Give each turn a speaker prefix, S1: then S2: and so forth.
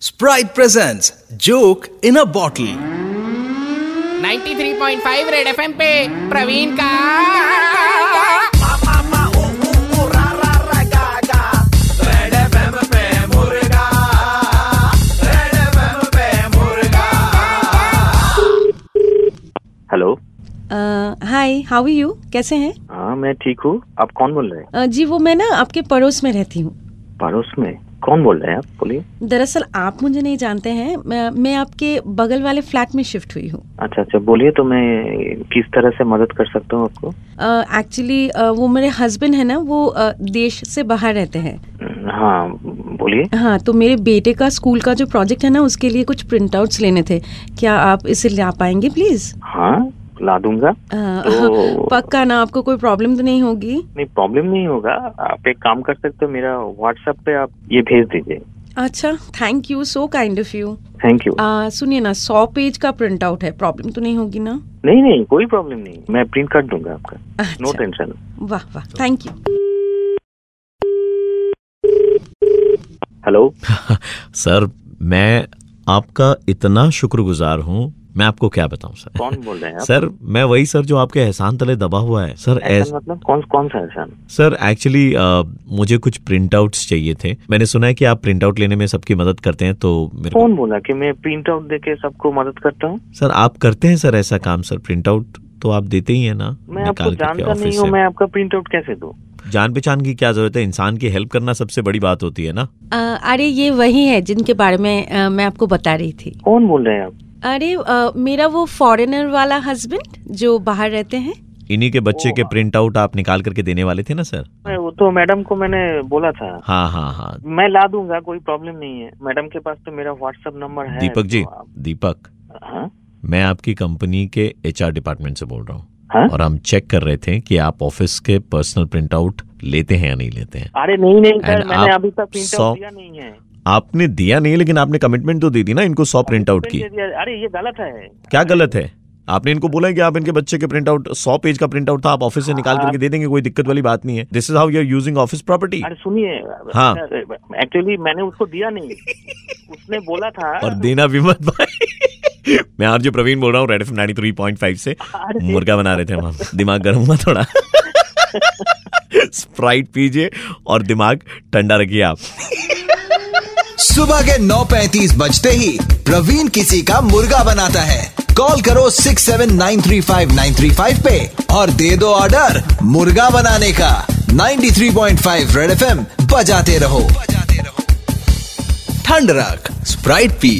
S1: Sprite presents Joke in a Bottle.
S2: 93.5 red FM पे प्रवीण का
S3: hello
S4: uh, hi how are you कैसे हैं
S3: हाँ मैं ठीक हूँ आप कौन बोल रहे हैं
S4: अ, जी वो मैं ना आपके पड़ोस में रहती हूँ
S3: पड़ोस में कौन बोल रहे हैं आप बोलिए
S4: दरअसल आप मुझे नहीं जानते हैं मैं, मैं आपके बगल वाले फ्लैट में शिफ्ट हुई हूँ
S3: अच्छा अच्छा बोलिए तो मैं किस तरह से मदद कर सकता हूँ आपको
S4: एक्चुअली वो मेरे हस्बैंड है ना वो अ, देश से बाहर रहते हैं
S3: हम्म, हाँ बोलिए
S4: हाँ तो मेरे बेटे का स्कूल का जो प्रोजेक्ट है ना उसके लिए कुछ प्रिंटआउट्स लेने थे क्या आप इसे ला पाएंगे प्लीज
S3: हाँ ला दूंगा तो-
S4: पक्का ना आपको कोई प्रॉब्लम तो नहीं होगी
S3: नहीं प्रॉब्लम नहीं होगा आप एक काम कर सकते हो मेरा व्हाट्सएप पे आप ये भेज दीजिए
S4: अच्छा thank you so kind of you
S3: thank you
S4: सुनिए ना सौ पेज का प्रिंट आउट है प्रॉब्लम तो नहीं होगी ना
S3: नहीं नहीं कोई प्रॉब्लम नहीं मैं प्रिंट कर दूंगा आपका नो
S4: अच्छा
S3: टेंशन
S4: वाह वाह थैंक यू
S3: हेलो
S5: सर मैं आपका इतना शुक्रगुजार हूँ मैं आपको क्या बताऊं सर
S3: कौन बोल रहे हैं आप
S5: सर मैं वही सर जो आपके एहसान तले दबा हुआ है सर ऐस,
S3: एहसान मतलब कौन कौन सा एहसान
S5: सर एक्चुअली मुझे कुछ प्रिंट आउट्स चाहिए थे मैंने सुना है कि आप प्रिंट आउट लेने में सबकी मदद करते हैं तो मेरे को
S3: कौन बोला कि मैं प्रिंट आउट देके सबको मदद करता हूँ
S5: सर आप करते हैं सर ऐसा काम सर प्रिंट आउट तो आप देते ही है ना
S3: मैं आपको
S5: निकाल करके
S3: जानता नहीं
S5: ऑफिस
S3: हूँ
S5: से
S3: मैं आपका प्रिंट आउट कैसे दूँ
S5: जान पहचान की क्या जरूरत है इंसान की हेल्प करना सबसे बड़ी बात होती है ना
S4: अ, अरे ये वही है जिनके बारे में अ, मैं आपको बता रही थी
S3: कौन बोल रहे हैं आप
S4: अरे अ, मेरा वो फॉरेनर वाला हस्बैंड जो बाहर रहते हैं
S5: इन्हीं के बच्चे
S3: ओ,
S5: के
S3: हाँ।
S5: प्रिंट आउट आप निकाल करके देने वाले थे ना सर
S3: मैं- वो तो मैडम को मैंने बोला था
S5: हाँ हाँ हाँ
S3: मैं ला दूंगा कोई प्रॉब्लम नहीं है मैडम के पास तो मेरा व्हाट्सएप नंबर है
S5: दीपक जी
S3: तो आप-
S5: दीपक
S3: हाँ?
S5: मैं आपकी कंपनी के एचआर डिपार्टमेंट से बोल रहा हूँ
S3: हाँ?
S5: और हम चेक कर रहे थे कि आप ऑफिस के पर्सनल प्रिंट आउट लेते हैं या नहीं लेते हैं
S3: अरे नहीं नहीं सर
S5: And
S3: मैंने
S5: आप
S3: अभी तक प्रिंट
S5: सौ-
S3: आउट दिया नहीं है
S5: आपने दिया नहीं लेकिन आपने कमिटमेंट तो दे दी ना इनको सौ प्रिंट आउट की
S3: मैंने दिया- अरे ये गलत है
S5: क्या गलत है आपने इनको बोला है कि आप इनके बच्चे के प्रिंट आउट सौ पेज का प्रिंट आउट था आप ऑफिस
S3: हाँ,
S5: से निकाल करके दे देंगे कोई दिक्कत वाली बात नहीं है this is how you are using office property
S3: अरे सुनिए
S5: हाँ।
S3: एक्चुअली मैंने उसको दिया नहीं उसने बोला था
S5: और देना भी मत भाई मैं आरजे प्रवीण बोल रहा हूँ रेड एफ 93.5 से मुर्गा बना रहे थे हम दिमाग गर्म हुआ थोड़ा स्प्राइट पीजिए और दिमाग ठंडा रखिए आप
S1: सुबह के 9:35 बजते ही प्रवीण किसी का मुर्गा बनाता है कॉल करो 6793595 पे और दे दो ऑर्डर मुर्गा बनाने का 93.5 रेड एफएम बजाते रहो ठंड रख स्प्राइट पी